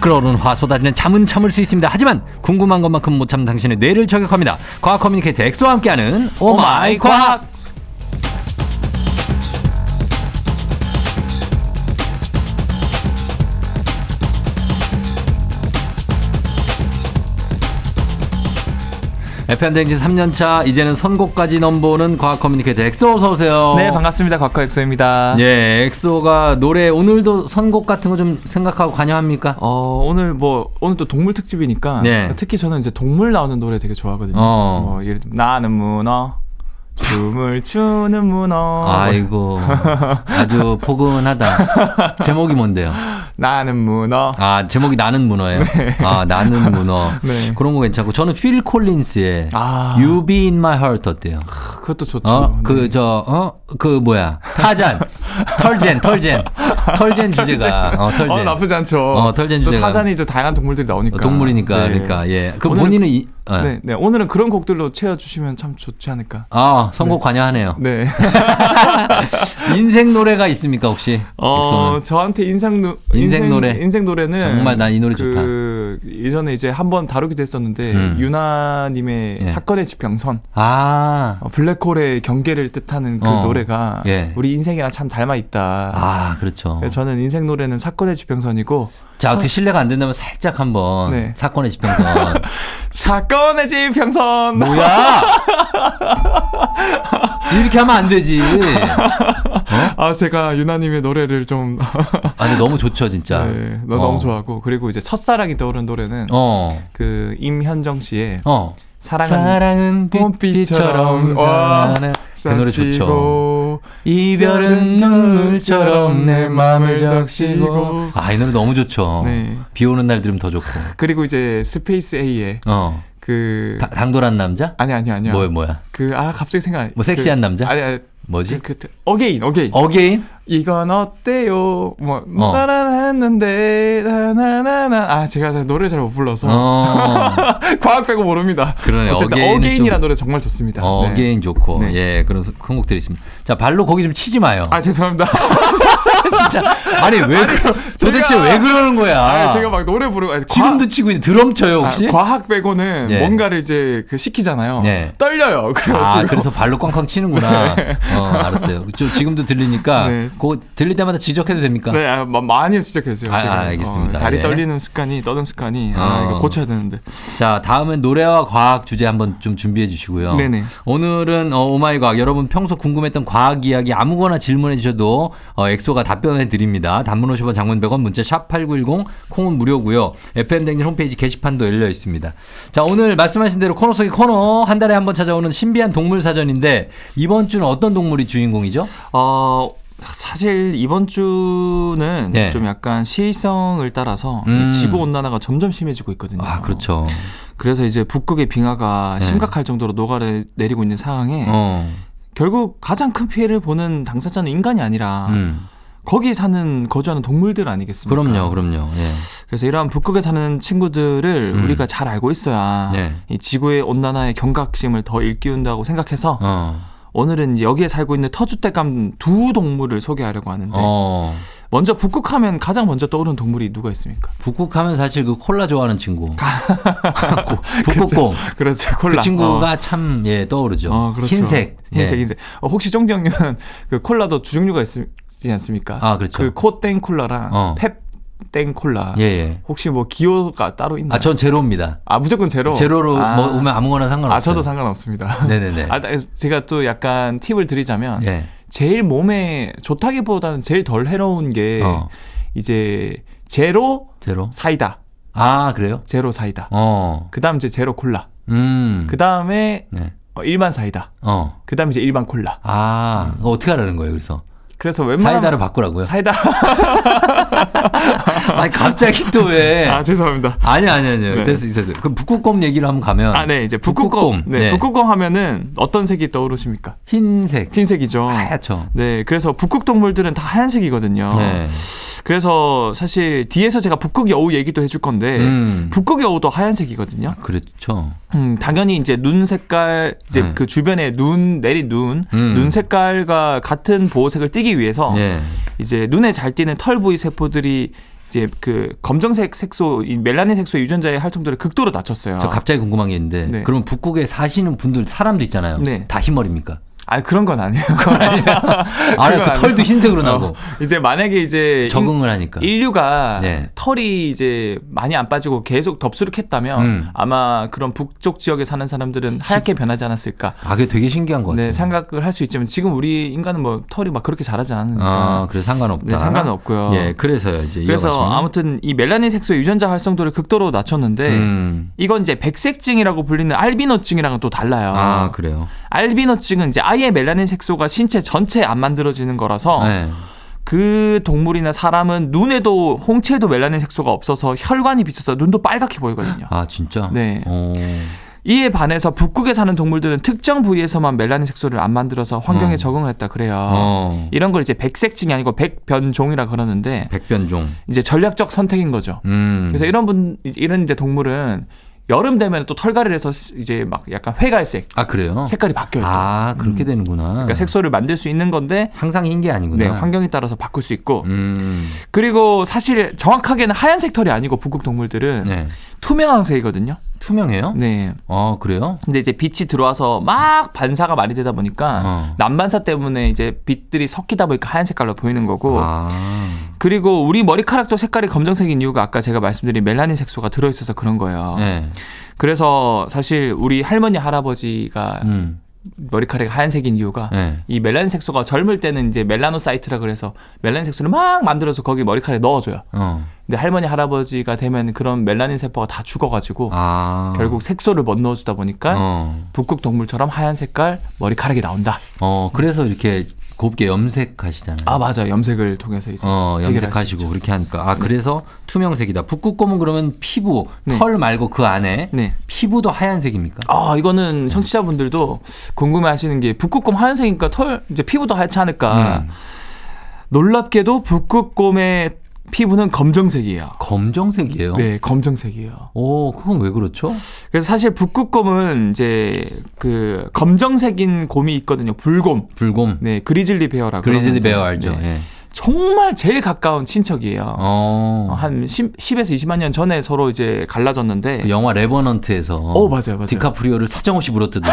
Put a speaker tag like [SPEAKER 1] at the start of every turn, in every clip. [SPEAKER 1] 끓어오르는 화 쏟아지는 잠은 참을 수 있습니다. 하지만 궁금한 것만큼 못 참는 당신의 뇌를 저격합니다. 과학 커뮤니케이터 엑소와 함께하는 오마이 과학. 에펜댕진 3년차 이제는 선곡까지 넘보는 과학 커뮤니케이터 엑소 어서 오세요.
[SPEAKER 2] 네 반갑습니다 과커 엑소입니다.
[SPEAKER 1] 예, 엑소가 노래 오늘도 선곡 같은 거 좀 생각하고 관여합니까?
[SPEAKER 2] 어 오늘 뭐 오늘 또 동물 특집이니까
[SPEAKER 1] 네.
[SPEAKER 2] 특히 저는 이제 동물 나오는 노래 되게 좋아하거든요.
[SPEAKER 1] 어.
[SPEAKER 2] 뭐 예를 들면 나는 문어 춤을 추는 문어
[SPEAKER 1] 아이고 아주 포근하다. 제목이 뭔데요?
[SPEAKER 2] 나는 문어
[SPEAKER 1] 아 제목이 나는 문어예요. 아 나는 문어
[SPEAKER 2] 네.
[SPEAKER 1] 그런 거 괜찮고 저는 필 콜린스의
[SPEAKER 2] 아.
[SPEAKER 1] You Be in My Heart 어때요?
[SPEAKER 2] 그것도 좋죠. 네.
[SPEAKER 1] 어그저어 그 뭐야 타잔 털젠 털젠 털젠 주제가 어 털젠
[SPEAKER 2] 어, 나쁘지 않죠.
[SPEAKER 1] 어, 털젠
[SPEAKER 2] 또
[SPEAKER 1] 주제가.
[SPEAKER 2] 타잔이 저 다양한 동물들이 나오니까
[SPEAKER 1] 어, 동물이니까
[SPEAKER 2] 네.
[SPEAKER 1] 그러니까 예그
[SPEAKER 2] 오늘은-
[SPEAKER 1] 본인은 이, 어.
[SPEAKER 2] 네, 네 오늘은 그런 곡들로 채워주시면 참 좋지 않을까.
[SPEAKER 1] 아 선곡 관여하네요.
[SPEAKER 2] 네.
[SPEAKER 1] 인생 노래가 있습니까 혹시?
[SPEAKER 2] 어,
[SPEAKER 1] 엑소는?
[SPEAKER 2] 저한테 인상, 노,
[SPEAKER 1] 인생 노래.
[SPEAKER 2] 인생 노래는
[SPEAKER 1] 정말 난이 노래
[SPEAKER 2] 그, 예전에 이제 한번 다루기도 했었는데
[SPEAKER 1] 음.
[SPEAKER 2] 유나님의
[SPEAKER 1] 예.
[SPEAKER 2] 사건의 지평선
[SPEAKER 1] 아.
[SPEAKER 2] 어, 블랙홀의 경계를 뜻하는 그
[SPEAKER 1] 어.
[SPEAKER 2] 노래가
[SPEAKER 1] 예.
[SPEAKER 2] 우리 인생이랑 참 닮아 있다.
[SPEAKER 1] 아, 그렇죠.
[SPEAKER 2] 그래서 저는 인생 노래는 사건의 지평선이고
[SPEAKER 1] 자, 어떻게 신뢰가 안 된다면 살짝 한번
[SPEAKER 2] 네.
[SPEAKER 1] 사건의 지평선.
[SPEAKER 2] 사건의 지평선.
[SPEAKER 1] 뭐야? 이렇게 하면 안 되지.
[SPEAKER 2] 아 제가 유나님의 노래를 좀
[SPEAKER 1] 아, 근데 너무 좋죠, 진짜.
[SPEAKER 2] 네, 너
[SPEAKER 1] 어.
[SPEAKER 2] 너무 좋아하고 그리고 이제 첫사랑이 떠오른 노래는
[SPEAKER 1] 어.
[SPEAKER 2] 그 임현정 씨의
[SPEAKER 1] 어.
[SPEAKER 2] 사랑은 봄빛처럼
[SPEAKER 1] 전해. 그 노래 좋죠.
[SPEAKER 2] 적시고
[SPEAKER 1] 이별은 눈물처럼 내 마음을 적시고.
[SPEAKER 2] 적시고.
[SPEAKER 1] 아, 이 노래 너무 좋죠.
[SPEAKER 2] 네.
[SPEAKER 1] 비 오는 날 들으면 더 좋고.
[SPEAKER 2] 그리고 이제 스페이스 A의
[SPEAKER 1] 어.
[SPEAKER 2] 그
[SPEAKER 1] 다- 당돌한 남자?
[SPEAKER 2] 아니 아니 아니야.
[SPEAKER 1] 뭐야, 뭐야?
[SPEAKER 2] 그 아 갑자기 생각. 안-
[SPEAKER 1] 뭐 섹시한
[SPEAKER 2] 그,
[SPEAKER 1] 남자?
[SPEAKER 2] 아니 아니.
[SPEAKER 1] 뭐지?
[SPEAKER 2] 그, 그, 어게인 어게인.
[SPEAKER 1] 어게인?
[SPEAKER 2] 이건 어때요? 뭐
[SPEAKER 1] 어.
[SPEAKER 2] 나나 했는데 나나나나 아 제가 잘 노래 잘 못 불러서
[SPEAKER 1] 어.
[SPEAKER 2] 과학 빼고 모릅니다.
[SPEAKER 1] 그러네,
[SPEAKER 2] 어쨌든
[SPEAKER 1] 어게인은
[SPEAKER 2] 어게인이라는
[SPEAKER 1] 좀-
[SPEAKER 2] 노래 정말 좋습니다.
[SPEAKER 1] 어,
[SPEAKER 2] 네.
[SPEAKER 1] 게인 좋고.
[SPEAKER 2] 네.
[SPEAKER 1] 예, 그런 선곡들이 있습니다. 자, 발로 거기 좀 치지 마요.
[SPEAKER 2] 아 죄송합니다.
[SPEAKER 1] 진짜. 아니, 왜, 그러, 도대체
[SPEAKER 2] 제가-
[SPEAKER 1] 왜 그러는 거야?
[SPEAKER 2] 아, 제가 막 노래 부르고 아니,
[SPEAKER 1] 지금도 치고 있는데 드럼 쳐요,
[SPEAKER 2] 과,
[SPEAKER 1] 혹시?
[SPEAKER 2] 아,
[SPEAKER 1] 아,
[SPEAKER 2] 과학 빼고는
[SPEAKER 1] 예.
[SPEAKER 2] 뭔가를 이제 그 시키잖아요.
[SPEAKER 1] 예.
[SPEAKER 2] 떨려요. 그래가지고
[SPEAKER 1] 그래서 발로 꽝꽝 치는구나. 어, 알았어요. 저, 지금도 들리니까,
[SPEAKER 2] 네.
[SPEAKER 1] 그거 들릴 때마다 지적해도 됩니까?
[SPEAKER 2] 네, 아, 마- 많이 지적했어요.
[SPEAKER 1] 아,
[SPEAKER 2] 제가.
[SPEAKER 1] 아, 알겠습니다.
[SPEAKER 2] 어, 다리
[SPEAKER 1] 예.
[SPEAKER 2] 떨리는 습관이, 떠는 습관이,
[SPEAKER 1] 어.
[SPEAKER 2] 아, 이거 고쳐야 되는데.
[SPEAKER 1] 자, 다음은 노래와 과학 주제 한번 좀 준비해 주시고요.
[SPEAKER 2] 네네.
[SPEAKER 1] 오늘은 어, 오마이 과학. 여러분 평소 궁금했던 과학 이야기 아무거나 질문해 주셔도 어, 엑소가 답변해 드립니다. 단문 50원 장문 100원 문자 샵8910 콩은 무료고요. FM댕진 홈페이지 게시판도 열려 있습니다. 자, 오늘 말씀하신 대로 코너 속의 코너 한 달에 한 번 찾아오는 신비한 동물 사전인데 이번 주는 어떤 동물이 주인공이죠?
[SPEAKER 2] 어, 사실 이번 주는
[SPEAKER 1] 네.
[SPEAKER 2] 좀 약간 시의성을 따라서
[SPEAKER 1] 음.
[SPEAKER 2] 지구 온난화가 점점 심해지고 있거든요.
[SPEAKER 1] 아, 그렇죠.
[SPEAKER 2] 그래서 이제 북극의 빙하가
[SPEAKER 1] 네.
[SPEAKER 2] 심각할 정도로 녹아내 내리고 있는 상황에
[SPEAKER 1] 어.
[SPEAKER 2] 결국 가장 큰 피해를 보는 당사자는 인간이 아니라
[SPEAKER 1] 음.
[SPEAKER 2] 거기에 사는 거주하는 동물들 아니겠습니까?
[SPEAKER 1] 그럼요. 그럼요. 예.
[SPEAKER 2] 그래서 이러한 북극에 사는 친구들을
[SPEAKER 1] 음.
[SPEAKER 2] 우리가 잘 알고 있어야
[SPEAKER 1] 네.
[SPEAKER 2] 이 지구의 온난화의 경각심을 더 일깨운다고 생각해서
[SPEAKER 1] 어.
[SPEAKER 2] 오늘은 여기에 살고 있는 터줏대감 두 동물을 소개하려고 하는데
[SPEAKER 1] 어.
[SPEAKER 2] 먼저 북극하면 가장 먼저 떠오르는 동물이 누가 있습니까?
[SPEAKER 1] 북극하면 사실 그 콜라 좋아하는 친구. 북극곰.
[SPEAKER 2] 그렇죠
[SPEAKER 1] 그
[SPEAKER 2] 콜라.
[SPEAKER 1] 친구가 참, 예, 떠오르죠.
[SPEAKER 2] 어, 어, 그렇죠.
[SPEAKER 1] 흰색. 예.
[SPEAKER 2] 흰색 흰색. 어, 혹시 정재 형님은 그 콜라도 두 종류가 있지 않습니까?
[SPEAKER 1] 아, 그렇죠.
[SPEAKER 2] 코땡 콜라랑
[SPEAKER 1] 어.
[SPEAKER 2] 펩땡 콜라.
[SPEAKER 1] 예, 예.
[SPEAKER 2] 혹시 뭐 기호가 따로 있나요?
[SPEAKER 1] 아, 전 제로입니다.
[SPEAKER 2] 아, 무조건 제로.
[SPEAKER 1] 제로로
[SPEAKER 2] 아,
[SPEAKER 1] 뭐 오면 아무거나 상관없어요.
[SPEAKER 2] 아 저도 상관없습니다.
[SPEAKER 1] 네네네.
[SPEAKER 2] 아, 나- 제가 또 약간 팁을 드리자면
[SPEAKER 1] 예.
[SPEAKER 2] 제일 몸에 좋다기보다는 제일 덜 해로운 게
[SPEAKER 1] 어.
[SPEAKER 2] 이제 제로
[SPEAKER 1] 제로.
[SPEAKER 2] 사이다,
[SPEAKER 1] 아, 그래요?
[SPEAKER 2] 제로 사이다.
[SPEAKER 1] 어.
[SPEAKER 2] 그다음 이제 제로 콜라.
[SPEAKER 1] 음.
[SPEAKER 2] 그다음에
[SPEAKER 1] 네.
[SPEAKER 2] 어, 일반 사이다.
[SPEAKER 1] 어.
[SPEAKER 2] 그다음 이제 일반 콜라.
[SPEAKER 1] 아, 그거 어떻게 하라는 거예요, 그래서?
[SPEAKER 2] 그래서 웬만하면
[SPEAKER 1] 사이다로 바꾸라고요?
[SPEAKER 2] 사이다.
[SPEAKER 1] 아니, 갑자기 또 왜?
[SPEAKER 2] 아 죄송합니다.
[SPEAKER 1] 아니, 아니, 아니.
[SPEAKER 2] 네.
[SPEAKER 1] 됐어, 됐어. 그럼 북극곰 얘기로 한번 가면.
[SPEAKER 2] 아 네 이제 북극곰.
[SPEAKER 1] 북극곰.
[SPEAKER 2] 네,
[SPEAKER 1] 네.
[SPEAKER 2] 북극곰 하면은 어떤 색이 떠오르십니까?
[SPEAKER 1] 흰색.
[SPEAKER 2] 흰색이죠.
[SPEAKER 1] 하얗죠.
[SPEAKER 2] 네, 그래서 북극 동물들은 다 하얀색이거든요.
[SPEAKER 1] 네.
[SPEAKER 2] 그래서 사실 뒤에서 제가 북극 여우 얘기도 해줄 건데
[SPEAKER 1] 음.
[SPEAKER 2] 북극 여우도 하얀색이거든요.
[SPEAKER 1] 그렇죠.
[SPEAKER 2] 음, 당연히 이제 눈 색깔 이제
[SPEAKER 1] 네.
[SPEAKER 2] 그 주변에 눈 내린 눈,
[SPEAKER 1] 음.
[SPEAKER 2] 눈 색깔과 같은 보호색을 띠기 위해서
[SPEAKER 1] 예.
[SPEAKER 2] 이제 눈에 잘 띄는 털 부위 세포들이 이제 그 검정색 색소, 이 멜라닌 색소의 유전자의 활성도를 극도로 낮췄어요.
[SPEAKER 1] 저 갑자기 궁금한 게 있는데
[SPEAKER 2] 아. 네.
[SPEAKER 1] 그럼 북극에 사시는 분들 사람도 있잖아요.
[SPEAKER 2] 네.
[SPEAKER 1] 다 흰머리입니까?
[SPEAKER 2] 아 그런 건 아니에요.
[SPEAKER 1] 아,
[SPEAKER 2] 그건
[SPEAKER 1] 그 털도 흰색으로 나고
[SPEAKER 2] 어, 이제 만약에 이제 인-
[SPEAKER 1] 적응을 하니까.
[SPEAKER 2] 인류가
[SPEAKER 1] 네.
[SPEAKER 2] 털이 이제 많이 안 빠지고 계속 덥수룩했다면
[SPEAKER 1] 음.
[SPEAKER 2] 아마 그런 북쪽 지역에 사는 사람들은 하얗게 변하지 않았을까.
[SPEAKER 1] 아, 그게 되게 신기한 것 같아요.
[SPEAKER 2] 네, 생각을 할 수 있지만 지금 우리 인간은 뭐 털이 막 그렇게 자라지 않으니까
[SPEAKER 1] 아, 그래서 상관없다.
[SPEAKER 2] 네, 상관은 없고요.
[SPEAKER 1] 예, 그래서요 이제
[SPEAKER 2] 그래서
[SPEAKER 1] 이어가시면.
[SPEAKER 2] 아무튼 네. 이 멜라닌 색소의 유전자 활성도를 극도로 낮췄는데
[SPEAKER 1] 음.
[SPEAKER 2] 이건 이제 백색증이라고 불리는 알비노증이랑은 또 달라요.
[SPEAKER 1] 아, 그래요.
[SPEAKER 2] 알비노증은 이제 아예 멜라닌 색소가 신체 전체에 안 만들어지는 거라서
[SPEAKER 1] 네.
[SPEAKER 2] 그 동물이나 사람은 눈에도 홍채에도 멜라닌 색소가 없어서 혈관이 비쳐서 눈도 빨갛게 보이거든요.
[SPEAKER 1] 아, 진짜?
[SPEAKER 2] 네.
[SPEAKER 1] 어.
[SPEAKER 2] 이에 반해서 북극에 사는 동물들은 특정 부위에서만 멜라닌 색소를 안 만들어서 환경에
[SPEAKER 1] 어.
[SPEAKER 2] 적응했다 그래요.
[SPEAKER 1] 어.
[SPEAKER 2] 이런 걸 이제 백색증이 아니고 백변종이라 그러는데
[SPEAKER 1] 백변종.
[SPEAKER 2] 이제 전략적 선택인 거죠.
[SPEAKER 1] 음.
[SPEAKER 2] 그래서 이런 분 이런 이제 동물은 여름 되면 또 털갈이를 해서 이제 막 약간 회갈색
[SPEAKER 1] 아, 그래요?
[SPEAKER 2] 색깔이 바뀌어요. 또.
[SPEAKER 1] 아, 그렇게 되는구나.
[SPEAKER 2] 그러니까 색소를 만들 수 있는 건데
[SPEAKER 1] 항상 흰 게 아니구나.
[SPEAKER 2] 네, 환경에 따라서 바꿀 수 있고
[SPEAKER 1] 음.
[SPEAKER 2] 그리고 사실 정확하게는 하얀색 털이 아니고 북극 동물들은
[SPEAKER 1] 네.
[SPEAKER 2] 투명한 색이거든요.
[SPEAKER 1] 투명해요?
[SPEAKER 2] 네.
[SPEAKER 1] 아, 그래요?
[SPEAKER 2] 근데 이제 빛이 들어와서 막 반사가 많이 되다 보니까
[SPEAKER 1] 어.
[SPEAKER 2] 남반사 때문에 이제 빛들이 섞이다 보니까 하얀 색깔로 보이는 거고
[SPEAKER 1] 아.
[SPEAKER 2] 그리고 우리 머리카락도 색깔이 검정색인 이유가 아까 제가 말씀드린 멜라닌 색소가 들어있어서 그런 거예요.
[SPEAKER 1] 네.
[SPEAKER 2] 그래서 사실 우리 할머니 할아버지가
[SPEAKER 1] 음.
[SPEAKER 2] 머리카락이 하얀색인 이유가
[SPEAKER 1] 네.
[SPEAKER 2] 이 멜라닌 색소가 젊을 때는 이제 멜라노사이트라 그래서 멜라닌 색소를 막 만들어서 거기 머리카락에 넣어줘요.
[SPEAKER 1] 어.
[SPEAKER 2] 근데 할머니 할아버지가 되면 그런 멜라닌 세포가 다 죽어가지고
[SPEAKER 1] 아.
[SPEAKER 2] 결국 색소를 못 넣어주다 보니까
[SPEAKER 1] 어.
[SPEAKER 2] 북극 동물처럼 하얀 색깔 머리카락이 나온다.
[SPEAKER 1] 어, 그래서 이렇게 곱게 염색하시잖아요.
[SPEAKER 2] 아 맞아 염색을 통해서 이제
[SPEAKER 1] 어,
[SPEAKER 2] 해결할 수
[SPEAKER 1] 염색하시고
[SPEAKER 2] 있죠.
[SPEAKER 1] 그렇게 하니까. 아, 그래서 투명색이다. 북극곰은 그러면 피부,
[SPEAKER 2] 네.
[SPEAKER 1] 털 말고 그 안에
[SPEAKER 2] 네.
[SPEAKER 1] 피부도 하얀색입니까?
[SPEAKER 2] 아
[SPEAKER 1] 음.
[SPEAKER 2] 이거는 청취자분들도 궁금해하시는 게 북극곰 하얀색이니까 털 이제 피부도 하얗지 않을까.
[SPEAKER 1] 음.
[SPEAKER 2] 놀랍게도 북극곰의 피부는 검정색이에요.
[SPEAKER 1] 검정색이에요.
[SPEAKER 2] 네 검정색이에요.
[SPEAKER 1] 오, 그건 왜 그렇죠?
[SPEAKER 2] 그래서 사실 북극곰은 이제 그 검정색인 곰이 있거든요. 불곰.
[SPEAKER 1] 불곰. 아,
[SPEAKER 2] 네 그리즐리 베어라고.
[SPEAKER 1] 그리즐리
[SPEAKER 2] 그러는데,
[SPEAKER 1] 베어 알죠?
[SPEAKER 2] 네.
[SPEAKER 1] 예.
[SPEAKER 2] 정말 제일 가까운 친척이에요.
[SPEAKER 1] 어.
[SPEAKER 2] 어, 한 10, 10에서 20만 년 전에 서로 이제 갈라졌는데
[SPEAKER 1] 그 영화 레버넌트에서
[SPEAKER 2] 어, 맞아요, 맞아요.
[SPEAKER 1] 디카프리오를 사정없이 물었더니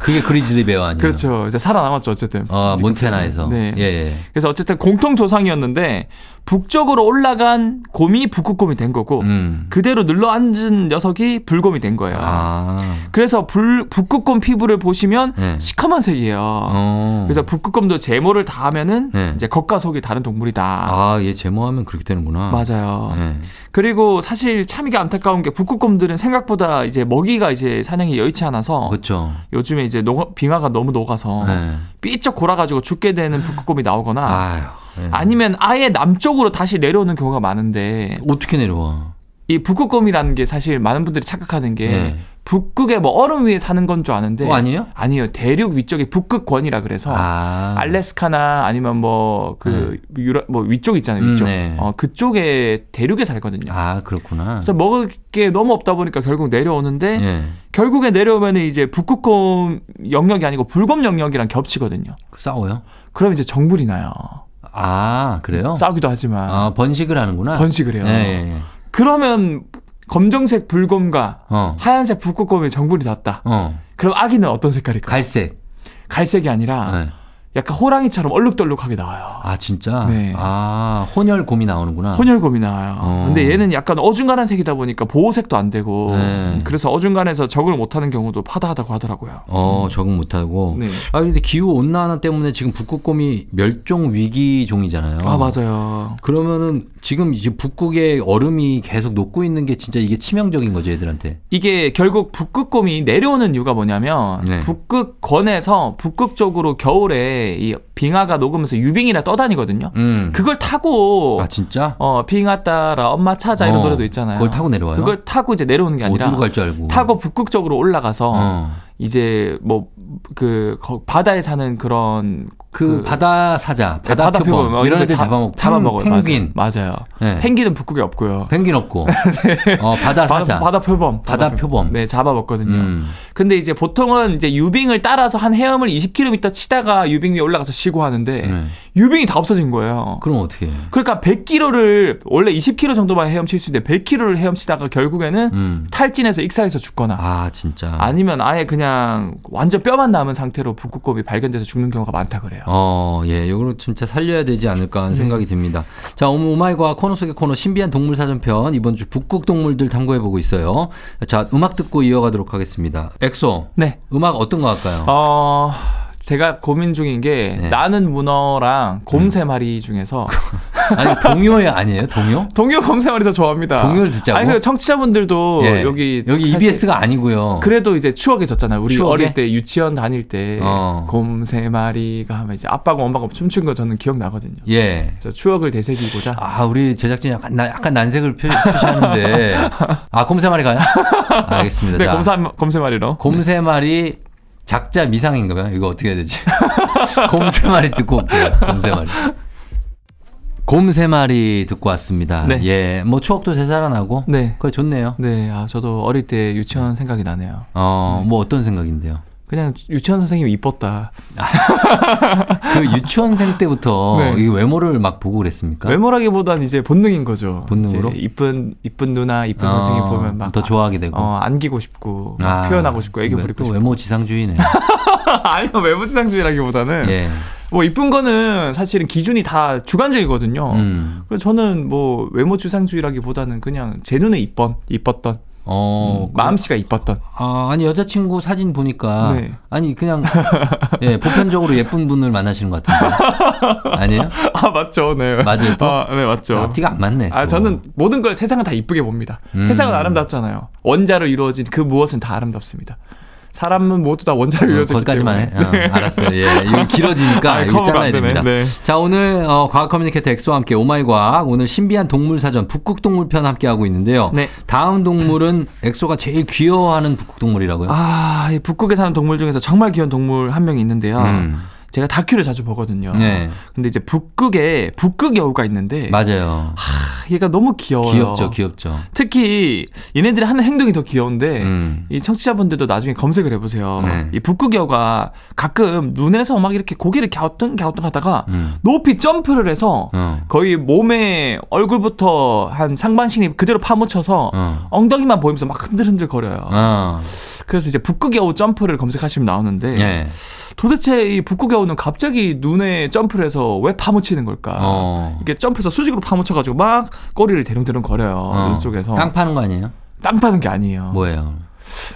[SPEAKER 1] 그게 그리즐리 베어 아니에요?
[SPEAKER 2] 그렇죠. 이제 살아남았죠, 어쨌든.
[SPEAKER 1] 어, 몬테나에서.
[SPEAKER 2] 네.
[SPEAKER 1] 예, 예.
[SPEAKER 2] 그래서 어쨌든 공통 조상이었는데 북쪽으로 올라간 곰이 북극곰이 된 거고
[SPEAKER 1] 음.
[SPEAKER 2] 그대로 눌러 앉은 녀석이 불곰이 된 거예요.
[SPEAKER 1] 아.
[SPEAKER 2] 그래서 불, 북극곰 피부를 보시면
[SPEAKER 1] 네.
[SPEAKER 2] 시커먼 색이에요.
[SPEAKER 1] 어.
[SPEAKER 2] 그래서 북극곰도 제모를 다 하면은
[SPEAKER 1] 네.
[SPEAKER 2] 이제 겉과 속이 다른 동물이다.
[SPEAKER 1] 아, 얘 제모하면 그렇게 되는구나.
[SPEAKER 2] 맞아요.
[SPEAKER 1] 예.
[SPEAKER 2] 그리고 사실 참 이게 안타까운 게 북극곰들은 생각보다 이제 먹이가 이제 사냥이 여의치 않아서
[SPEAKER 1] 그렇죠.
[SPEAKER 2] 요즘에 이제 녹아- 빙하가 너무 녹아서
[SPEAKER 1] 예.
[SPEAKER 2] 삐쩍 골아가지고 죽게 되는 북극곰이 나오거나
[SPEAKER 1] 아유.
[SPEAKER 2] 네.
[SPEAKER 1] 예.
[SPEAKER 2] 아니면 아예 남쪽으로 다시 내려오는 경우가 많은데
[SPEAKER 1] 어떻게 내려와?
[SPEAKER 2] 이 북극곰이라는 게 사실 많은 분들이 착각하는 게
[SPEAKER 1] 네.
[SPEAKER 2] 북극의 뭐 얼음 위에 사는 건 줄 아는데
[SPEAKER 1] 어, 아니에요?
[SPEAKER 2] 아니에요 대륙 위쪽이 북극권이라 그래서
[SPEAKER 1] 아.
[SPEAKER 2] 알래스카나 아니면 뭐 그 유럽 뭐 위쪽 있잖아요 위쪽
[SPEAKER 1] 네. 음, 네.
[SPEAKER 2] 어, 그쪽에 대륙에 살거든요.
[SPEAKER 1] 아, 그렇구나.
[SPEAKER 2] 그래서 네. 먹을 게 너무 없다 보니까 결국 내려오는데
[SPEAKER 1] 예.
[SPEAKER 2] 결국에 내려오면 이제 북극곰 영역이 아니고 불곰 영역이랑 겹치거든요.
[SPEAKER 1] 싸워요?
[SPEAKER 2] 그럼 이제 정불이 나요.
[SPEAKER 1] 아, 그래요?
[SPEAKER 2] 싸우기도 하지만
[SPEAKER 1] 아, 번식을 하는구나.
[SPEAKER 2] 번식을 해요.
[SPEAKER 1] 예, 예, 예.
[SPEAKER 2] 그러면 검정색 불곰과
[SPEAKER 1] 어.
[SPEAKER 2] 하얀색 북극곰이 정불이 났다.
[SPEAKER 1] 어.
[SPEAKER 2] 그럼 아기는 어떤 색깔일까?
[SPEAKER 1] 갈색.
[SPEAKER 2] 갈... 색이 아니라
[SPEAKER 1] 예.
[SPEAKER 2] 약간 호랑이처럼 얼룩덜룩하게 나와요.
[SPEAKER 1] 아, 진짜?
[SPEAKER 2] 네.
[SPEAKER 1] 아, 혼혈곰이 나오는구나.
[SPEAKER 2] 혼혈곰이 나와요.
[SPEAKER 1] 어.
[SPEAKER 2] 근데 얘는 약간 어중간한 색이다 보니까 보호색도 안 되고
[SPEAKER 1] 네.
[SPEAKER 2] 그래서 어중간해서 적을 못하는 경우도 파다하다고 하더라고요.
[SPEAKER 1] 어, 적응 못 하고.
[SPEAKER 2] 네.
[SPEAKER 1] 아, 근데 기후 온난화 때문에 지금 북극곰이 멸종 위기 종이잖아요.
[SPEAKER 2] 아 맞아요.
[SPEAKER 1] 그러면은 지금 이제 북극의 얼음이 계속 녹고 있는 게 진짜 이게 치명적인 거죠, 얘들한테.
[SPEAKER 2] 이게 결국 북극곰이 내려오는 이유가 뭐냐면
[SPEAKER 1] 네.
[SPEAKER 2] 북극권에서 북극 쪽으로 겨울에 이 빙하가 녹으면서 유빙이라 떠다니거든요.
[SPEAKER 1] 음.
[SPEAKER 2] 그걸 타고
[SPEAKER 1] 아, 진짜?
[SPEAKER 2] 어 빙하 따라 엄마 찾아 이런
[SPEAKER 1] 어,
[SPEAKER 2] 노래도 있잖아요.
[SPEAKER 1] 그걸 타고 내려와요?
[SPEAKER 2] 그걸 타고 이제 내려오는 게 아니라
[SPEAKER 1] 어디로 갈 줄 알고.
[SPEAKER 2] 타고 북극 쪽으로 올라가서
[SPEAKER 1] 어.
[SPEAKER 2] 이제 뭐 그 바다에 사는 그런
[SPEAKER 1] 그, 바다 사자,
[SPEAKER 2] 네,
[SPEAKER 1] 바다, 표범,
[SPEAKER 2] 표범
[SPEAKER 1] 이런
[SPEAKER 2] 거
[SPEAKER 1] 애들
[SPEAKER 2] 잡-
[SPEAKER 1] 잡아먹고
[SPEAKER 2] 잡아먹어요.
[SPEAKER 1] 펭귄,
[SPEAKER 2] 맞아요. 맞아요.
[SPEAKER 1] 네.
[SPEAKER 2] 펭귄은 북극에 없고요.
[SPEAKER 1] 펭귄 없고 어, 바다 사자,
[SPEAKER 2] 바다, 바다 표범.
[SPEAKER 1] 바다 표범.
[SPEAKER 2] 네, 잡아먹거든요.
[SPEAKER 1] 음.
[SPEAKER 2] 근데 이제 보통은 이제 유빙을 따라서 한 헤엄을 20km 치다가 유빙 위에 올라가서 쉬고 하는데
[SPEAKER 1] 네.
[SPEAKER 2] 유병이 다 없어진 거예요.
[SPEAKER 1] 그럼 어떻게? 해?
[SPEAKER 2] 그러니까 100kg를 원래 20kg 정도만 헤엄칠 수 있는데 100kg를 헤엄치다가 결국에는
[SPEAKER 1] 음.
[SPEAKER 2] 탈진해서 익사해서 죽거나
[SPEAKER 1] 아 진짜.
[SPEAKER 2] 아니면 아예 그냥 완전 뼈만 남은 상태로 북극곰이 발견돼서 죽는 경우가 많다 그래요.
[SPEAKER 1] 어, 예, 요거를 진짜 살려야 되지 않을까
[SPEAKER 2] 네.
[SPEAKER 1] 하는 생각이 듭니다. 자, 오늘 오마이과 코너 속의 코너 신비한 동물 사전편 이번 주 북극 동물들 탐구해 보고 있어요. 자, 음악 듣고 이어가도록 하겠습니다. 엑소.
[SPEAKER 2] 네.
[SPEAKER 1] 음악 어떤 거 할까요?
[SPEAKER 2] 어, 제가 고민 중인 게
[SPEAKER 1] 네. 음.
[SPEAKER 2] 나는 문어랑 곰 세 마리 중에서
[SPEAKER 1] 아니 동요에 아니에요? 동요?
[SPEAKER 2] 동요 곰 세 마리 더 좋아합니다.
[SPEAKER 1] 동요를 듣자고?
[SPEAKER 2] 아니, 그리고 청취자분들도 어, 여기
[SPEAKER 1] 예. 여기
[SPEAKER 2] 사실
[SPEAKER 1] EBS가 아니고요.
[SPEAKER 2] 그래도 이제 추억에 졌잖아요. 우리
[SPEAKER 1] 추억에?
[SPEAKER 2] 어릴 때 유치원 다닐 때
[SPEAKER 1] 어.
[SPEAKER 2] 곰 세 마리가 하면 이제 아빠가 엄마가 춤춘 거 저는 기억나거든요.
[SPEAKER 1] 예.
[SPEAKER 2] 그래서 추억을 되새기고자
[SPEAKER 1] 아, 우리 제작진 약간 나- 약간 난색을 표, 시하는 데 아, 곰세 마리 가요? 알겠습니다.
[SPEAKER 2] 네,
[SPEAKER 1] 자,
[SPEAKER 2] 곰세, 곰세 마리로.
[SPEAKER 1] 곰세 마리 작자 미상인가요? 이거 어떻게 해야 되지? 곰세 마리 듣고 올게요. 곰세 마리. 곰세 마리 듣고 왔습니다.
[SPEAKER 2] 네.
[SPEAKER 1] 예, 뭐 추억도 되살아나고.
[SPEAKER 2] 네.
[SPEAKER 1] 그래 좋네요.
[SPEAKER 2] 네, 아, 저도 어릴 때 유치원 생각이 나네요.
[SPEAKER 1] 어, 뭐 어떤 생각인데요?
[SPEAKER 2] 그냥 유치원 선생님이 이뻤다.
[SPEAKER 1] 그 유치원생 때부터
[SPEAKER 2] 네.
[SPEAKER 1] 이 외모를 막 보고 그랬습니까?
[SPEAKER 2] 외모라기보단 이제 본능인 거죠.
[SPEAKER 1] 그러니까. 본능으로?
[SPEAKER 2] 이제 이쁜 이쁜 누나, 이쁜
[SPEAKER 1] 어,
[SPEAKER 2] 선생님 보면 막
[SPEAKER 1] 더 좋아하게 되고.
[SPEAKER 2] 어, 안기고 싶고
[SPEAKER 1] 아,
[SPEAKER 2] 표현하고 싶고 애교
[SPEAKER 1] 왜-
[SPEAKER 2] 부리고
[SPEAKER 1] 또
[SPEAKER 2] 싶고.
[SPEAKER 1] 외모 지상주의네.
[SPEAKER 2] 아니요, 외모 지상주의라기보다는
[SPEAKER 1] 예.
[SPEAKER 2] 뭐 이쁜 거는 사실은 기준이 다 주관적이거든요.
[SPEAKER 1] 음.
[SPEAKER 2] 그래서 저는 뭐 외모 지상주의라기보다는 그냥 제 눈에 이뻤 이뻤던
[SPEAKER 1] 어, 그-
[SPEAKER 2] 마음씨가 이뻤던
[SPEAKER 1] 아, 아니 여자친구 사진 보니까
[SPEAKER 2] 네.
[SPEAKER 1] 아니 그냥 예, 보편적으로 예쁜 분을 만나시는 것 같은데 아니에요?
[SPEAKER 2] 아 맞죠 네
[SPEAKER 1] 맞아요, 또?
[SPEAKER 2] 아, 네 맞죠
[SPEAKER 1] 앞뒤가 안 맞네.
[SPEAKER 2] 아
[SPEAKER 1] 또. 어,
[SPEAKER 2] 저는 모든 걸 세상은 다 이쁘게 봅니다.
[SPEAKER 1] 음.
[SPEAKER 2] 세상은 아름답잖아요. 원자로 이루어진 그 무엇은 다 아름답습니다. 사람은 모두 다
[SPEAKER 1] 어,
[SPEAKER 2] 원자로 이루어졌기
[SPEAKER 1] 거기까지만 해.
[SPEAKER 2] 때문에.
[SPEAKER 1] 어, 알았어요. 예, 이거
[SPEAKER 2] 네. 아,
[SPEAKER 1] 길어지니까 이거
[SPEAKER 2] 커버가
[SPEAKER 1] 잘라야
[SPEAKER 2] 안 되네.
[SPEAKER 1] 됩니다.
[SPEAKER 2] 네.
[SPEAKER 1] 자, 오늘 어, 과학 커뮤니케이터 엑소와 함께 오마이과학 오늘 신비한 동물 사전 북극 동물 편 함께 하고 있는데요.
[SPEAKER 2] 네.
[SPEAKER 1] 다음 동물은 엑소가 제일 귀여워하는 북극 동물이라고요?
[SPEAKER 2] 아, 이 북극에 사는 동물 중에서 정말 귀여운 동물 한 명이 있는데요.
[SPEAKER 1] 음.
[SPEAKER 2] 제가 다큐를 자주 보거든요.
[SPEAKER 1] 네,
[SPEAKER 2] 근데 이제 북극에 북극 여우가 있는데
[SPEAKER 1] 맞아요.
[SPEAKER 2] 예. 아, 얘가 너무 귀여워요.
[SPEAKER 1] 귀엽죠, 귀엽죠.
[SPEAKER 2] 특히 얘네들이 하는 행동이 더 귀여운데
[SPEAKER 1] 음.
[SPEAKER 2] 이 청취자분들도 나중에 검색을 해보세요.
[SPEAKER 1] 네.
[SPEAKER 2] 이 북극여가 가끔 눈에서 막 이렇게 고개를 갸우뚱갸우뚱 하다가
[SPEAKER 1] 음.
[SPEAKER 2] 높이 점프를 해서
[SPEAKER 1] 어.
[SPEAKER 2] 거의 몸에 얼굴부터 한 상반신이 그대로 파묻혀서
[SPEAKER 1] 어.
[SPEAKER 2] 엉덩이만 보이면서 막 흔들흔들 거려요.
[SPEAKER 1] 어.
[SPEAKER 2] 그래서 이제 북극여우 점프를 검색하시면 나오는데
[SPEAKER 1] 예.
[SPEAKER 2] 도대체 이 북극여우는 갑자기 눈에 점프를 해서 왜 파묻히는 걸까?
[SPEAKER 1] 어.
[SPEAKER 2] 이렇게 점프해서 수직으로 파묻혀가지고 막 꼬리를 대롱대롱 거려요.
[SPEAKER 1] 어.
[SPEAKER 2] 눈속에서. 어.
[SPEAKER 1] 땅 파는 거 아니에요?
[SPEAKER 2] 땅 파는 게 아니에요.
[SPEAKER 1] 뭐예요?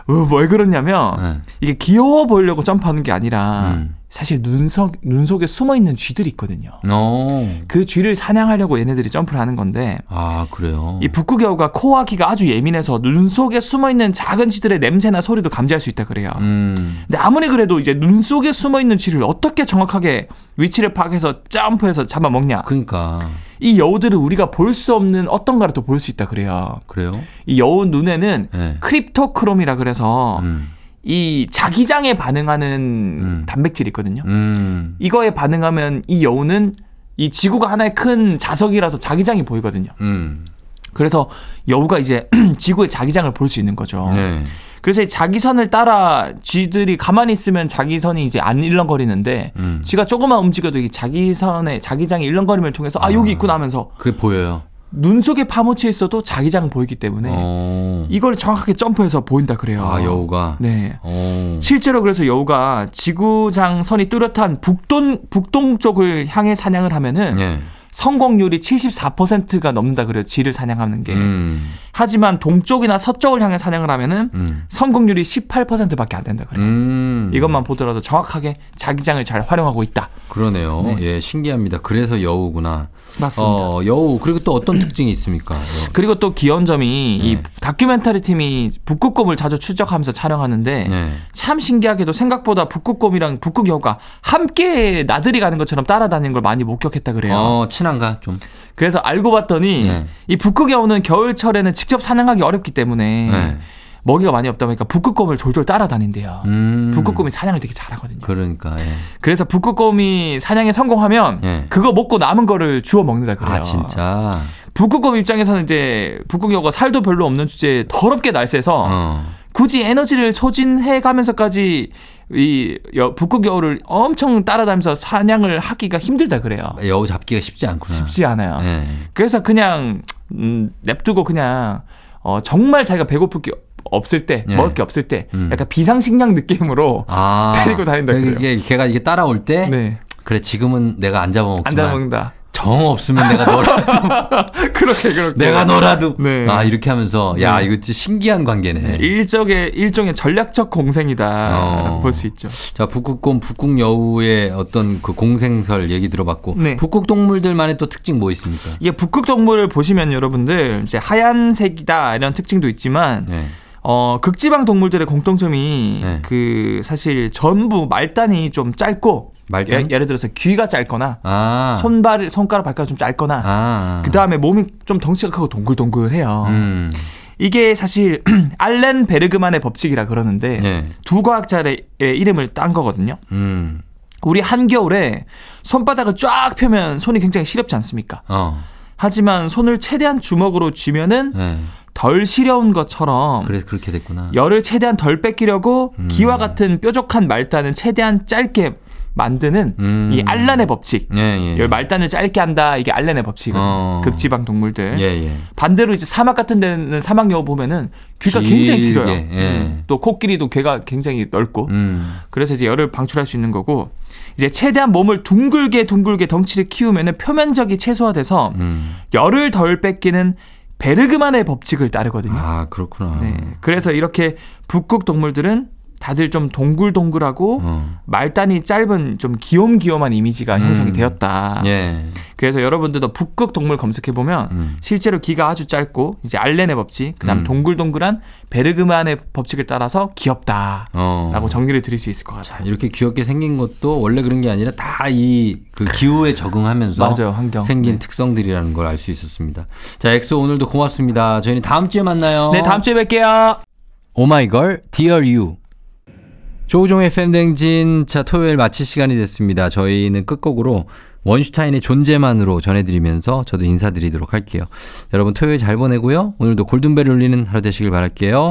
[SPEAKER 2] 왜, 왜 그러냐면
[SPEAKER 1] 네.
[SPEAKER 2] 이게 귀여워 보이려고 점프하는 게 아니라
[SPEAKER 1] 음.
[SPEAKER 2] 사실 눈속 눈 속에 숨어 있는 쥐들이 있거든요.
[SPEAKER 1] 어.
[SPEAKER 2] 그 쥐를 사냥하려고 얘네들이 점프를 하는 건데
[SPEAKER 1] 아 그래요.
[SPEAKER 2] 이 북극여우가 코와 귀가 아주 예민해서 눈 속에 숨어 있는 작은 쥐들의 냄새나 소리도 감지할 수 있다 그래요.
[SPEAKER 1] 음.
[SPEAKER 2] 근데 아무리 그래도 이제 눈 속에 숨어 있는 쥐를 어떻게 정확하게 위치를 파악해서 점프해서 잡아먹냐?
[SPEAKER 1] 그러니까
[SPEAKER 2] 이 여우들을 우리가 볼 수 없는 어떤 가를 또 볼 수 있다 그래요.
[SPEAKER 1] 그래요.
[SPEAKER 2] 이 여우 눈에는
[SPEAKER 1] 예.
[SPEAKER 2] 크립토크롬이라 그래서
[SPEAKER 1] 음.
[SPEAKER 2] 이 자기장에 반응하는
[SPEAKER 1] 음.
[SPEAKER 2] 단백질이 있거든요.
[SPEAKER 1] 음.
[SPEAKER 2] 이거에 반응하면 이 여우는 이 지구가 하나의 큰 자석이라서 자기장이 보이거든요.
[SPEAKER 1] 음.
[SPEAKER 2] 그래서 여우가 이제 지구의 자기장을 볼 수 있는 거죠.
[SPEAKER 1] 네.
[SPEAKER 2] 그래서 이 자기선을 따라 쥐들이 가만히 있으면 자기선이 이제 안 일렁거리는데
[SPEAKER 1] 음.
[SPEAKER 2] 쥐가 조금만 움직여도 이 자기선의 자기장의 일렁거림을 통해서 아 여기 있구나 하면서
[SPEAKER 1] 그게 보여요.
[SPEAKER 2] 눈 속에 파묻혀 있어도 자기장은 보이기 때문에
[SPEAKER 1] 어.
[SPEAKER 2] 이걸 정확하게 점프해서 보인다 그래요.
[SPEAKER 1] 아 여우가.
[SPEAKER 2] 네.
[SPEAKER 1] 어.
[SPEAKER 2] 실제로 그래서 여우가 지구장 선이 뚜렷한 북동 북동 쪽을 향해 사냥을 하면은
[SPEAKER 1] 예.
[SPEAKER 2] 성공률이 74%가 넘는다 그래요. 쥐를 사냥하는 게.
[SPEAKER 1] 음.
[SPEAKER 2] 하지만 동쪽이나 서쪽을 향해 사냥을 하면은
[SPEAKER 1] 음.
[SPEAKER 2] 성공률이 18%밖에 안 된다 그래요.
[SPEAKER 1] 음.
[SPEAKER 2] 이것만 보더라도 정확하게 자기장을 잘 활용하고 있다.
[SPEAKER 1] 그러네요. 예, 신기합니다. 그래서 여우구나.
[SPEAKER 2] 맞습니다.
[SPEAKER 1] 어, 여우. 그리고 또 어떤 특징이 있습니까? 여우.
[SPEAKER 2] 그리고 또 귀여운 점이 이
[SPEAKER 1] 네.
[SPEAKER 2] 다큐멘터리 팀이 북극곰을 자주 추적하면서 촬영하는데
[SPEAKER 1] 네.
[SPEAKER 2] 참 신기하게도 생각보다 북극곰이랑 북극여우가 함께 나들이 가는 것처럼 따라다니는 걸 많이 목격했다 그래요.
[SPEAKER 1] 어, 친한가 좀.
[SPEAKER 2] 그래서 알고 봤더니
[SPEAKER 1] 네.
[SPEAKER 2] 이 북극여우는 겨울철에는 직접 사냥하기 어렵기 때문에
[SPEAKER 1] 네.
[SPEAKER 2] 먹이가 많이 없다 보니까 북극곰을 졸졸 따라다닌대요.
[SPEAKER 1] 음.
[SPEAKER 2] 북극곰이 사냥을 되게 잘하거든요.
[SPEAKER 1] 그러니까. 예.
[SPEAKER 2] 그래서 북극곰이 사냥에 성공하면
[SPEAKER 1] 네.
[SPEAKER 2] 그거 먹고 남은 거를 주워 먹는다 그래요.
[SPEAKER 1] 아 진짜.
[SPEAKER 2] 북극곰 입장에서는 이제 북극여우가 살도 별로 없는 주제에 더럽게 날쌔서
[SPEAKER 1] 어.
[SPEAKER 2] 굳이 에너지를 소진해 가면서까지 이 여- 북극 여우를 엄청 따라다니면서 사냥을 하기가 힘들다 그래요.
[SPEAKER 1] 여우 잡기가 쉽지 않구나.
[SPEAKER 2] 쉽지 않아요.
[SPEAKER 1] 예.
[SPEAKER 2] 그래서 그냥 음, 냅두고 그냥 어, 정말 자기가 배고플 게 없을 때
[SPEAKER 1] 예.
[SPEAKER 2] 먹을 게 없을 때
[SPEAKER 1] 음.
[SPEAKER 2] 약간 비상식량 느낌으로
[SPEAKER 1] 아.
[SPEAKER 2] 데리고 다닌다 그래요.
[SPEAKER 1] 이게 걔가 이게 따라올 때
[SPEAKER 2] 네
[SPEAKER 1] 그래 지금은 내가 안 잡아먹지만
[SPEAKER 2] 앉아 먹는다.
[SPEAKER 1] 정 없으면 내가 너라도
[SPEAKER 2] 그렇게 그렇게
[SPEAKER 1] 내가 너라도
[SPEAKER 2] 네.
[SPEAKER 1] 아 이렇게 하면서 야
[SPEAKER 2] 네.
[SPEAKER 1] 이거 진짜 신기한 관계네.
[SPEAKER 2] 일적의 일종의 전략적 공생이다
[SPEAKER 1] 어.
[SPEAKER 2] 볼 수 있죠.
[SPEAKER 1] 자 북극곰 북극 여우의 어떤 그 공생설 얘기 들어봤고
[SPEAKER 2] 네.
[SPEAKER 1] 북극 동물들만의 또 특징 뭐 있습니까?
[SPEAKER 2] 이게 북극 동물을 보시면 여러분들 이제 하얀색이다 이런 특징도 있지만
[SPEAKER 1] 네.
[SPEAKER 2] 어 극지방 동물들의 공통점이
[SPEAKER 1] 네.
[SPEAKER 2] 그 사실 전부 말단이 좀 짧고
[SPEAKER 1] 말단?
[SPEAKER 2] 예, 를 들어서 귀가 짧거나
[SPEAKER 1] 아.
[SPEAKER 2] 손발 손가락 발가락 좀 짧거나
[SPEAKER 1] 아.
[SPEAKER 2] 그 다음에 몸이 좀 덩치가 크고 동글동글해요.
[SPEAKER 1] 음.
[SPEAKER 2] 이게 사실 알렌 베르그만의 법칙이라 그러는데
[SPEAKER 1] 예.
[SPEAKER 2] 두 과학자의 이름을 딴 거거든요.
[SPEAKER 1] 음.
[SPEAKER 2] 우리 한겨울에 손바닥을 쫙 펴면 손이 굉장히 시렵지 않습니까?
[SPEAKER 1] 어.
[SPEAKER 2] 하지만 손을 최대한 주먹으로 쥐면은
[SPEAKER 1] 예.
[SPEAKER 2] 덜 시려운 것처럼
[SPEAKER 1] 그래서 그렇게 됐구나. 음.
[SPEAKER 2] 열을 최대한 덜 뺏기려고 기와 같은 뾰족한 말단을 최대한 짧게 만드는
[SPEAKER 1] 음.
[SPEAKER 2] 이 알란의 법칙.
[SPEAKER 1] 예, 예.
[SPEAKER 2] 열 말단을 짧게 한다. 이게 알란의 법칙이거든요.
[SPEAKER 1] 어.
[SPEAKER 2] 극지방 동물들.
[SPEAKER 1] 예, 예.
[SPEAKER 2] 반대로 이제 사막 같은 데는 사막 여우 보면은 귀가 굉장히
[SPEAKER 1] 길게,
[SPEAKER 2] 길어요.
[SPEAKER 1] 예.
[SPEAKER 2] 음, 또 코끼리도 귀가 굉장히 넓고
[SPEAKER 1] 음.
[SPEAKER 2] 그래서 이제 열을 방출할 수 있는 거고 이제 최대한 몸을 둥글게 둥글게 덩치를 키우면은 표면적이 최소화돼서
[SPEAKER 1] 음.
[SPEAKER 2] 열을 덜 뺏기는 베르그만의 법칙을 따르거든요.
[SPEAKER 1] 아, 그렇구나.
[SPEAKER 2] 네. 그래서 이렇게 북극 동물들은 다들 좀 동글동글하고
[SPEAKER 1] 어.
[SPEAKER 2] 말단이 짧은 좀 귀염귀염한 이미지가
[SPEAKER 1] 음.
[SPEAKER 2] 형성이 되었다.
[SPEAKER 1] 예.
[SPEAKER 2] 그래서 여러분들도 북극 동물 검색해 보면
[SPEAKER 1] 음.
[SPEAKER 2] 실제로 귀가 아주 짧고 이제 알렌의 법칙, 그다음
[SPEAKER 1] 음.
[SPEAKER 2] 동글동글한 베르그만의 법칙을 따라서 귀엽다라고
[SPEAKER 1] 어.
[SPEAKER 2] 정리를 드릴 수 있을 것 같아요.
[SPEAKER 1] 이렇게 귀엽게 생긴 것도 원래 그런 게 아니라 다 이 그 기후에 적응하면서
[SPEAKER 2] 맞아요, 환경.
[SPEAKER 1] 생긴
[SPEAKER 2] 네.
[SPEAKER 1] 특성들이라는 걸 알 수 있었습니다. 자, 엑소 오늘도 고맙습니다. 저희는 다음 주에 만나요.
[SPEAKER 2] 네, 다음 주에 뵐게요.
[SPEAKER 1] 오마이걸 디얼 유 조우종의 팬댕진 자 토요일 마칠 시간이 됐습니다. 저희는 끝곡으로 원슈타인의 존재만으로 전해드리면서 저도 인사드리도록 할게요. 여러분 토요일 잘 보내고요. 오늘도 골든벨 울리는 하루 되시길 바랄게요.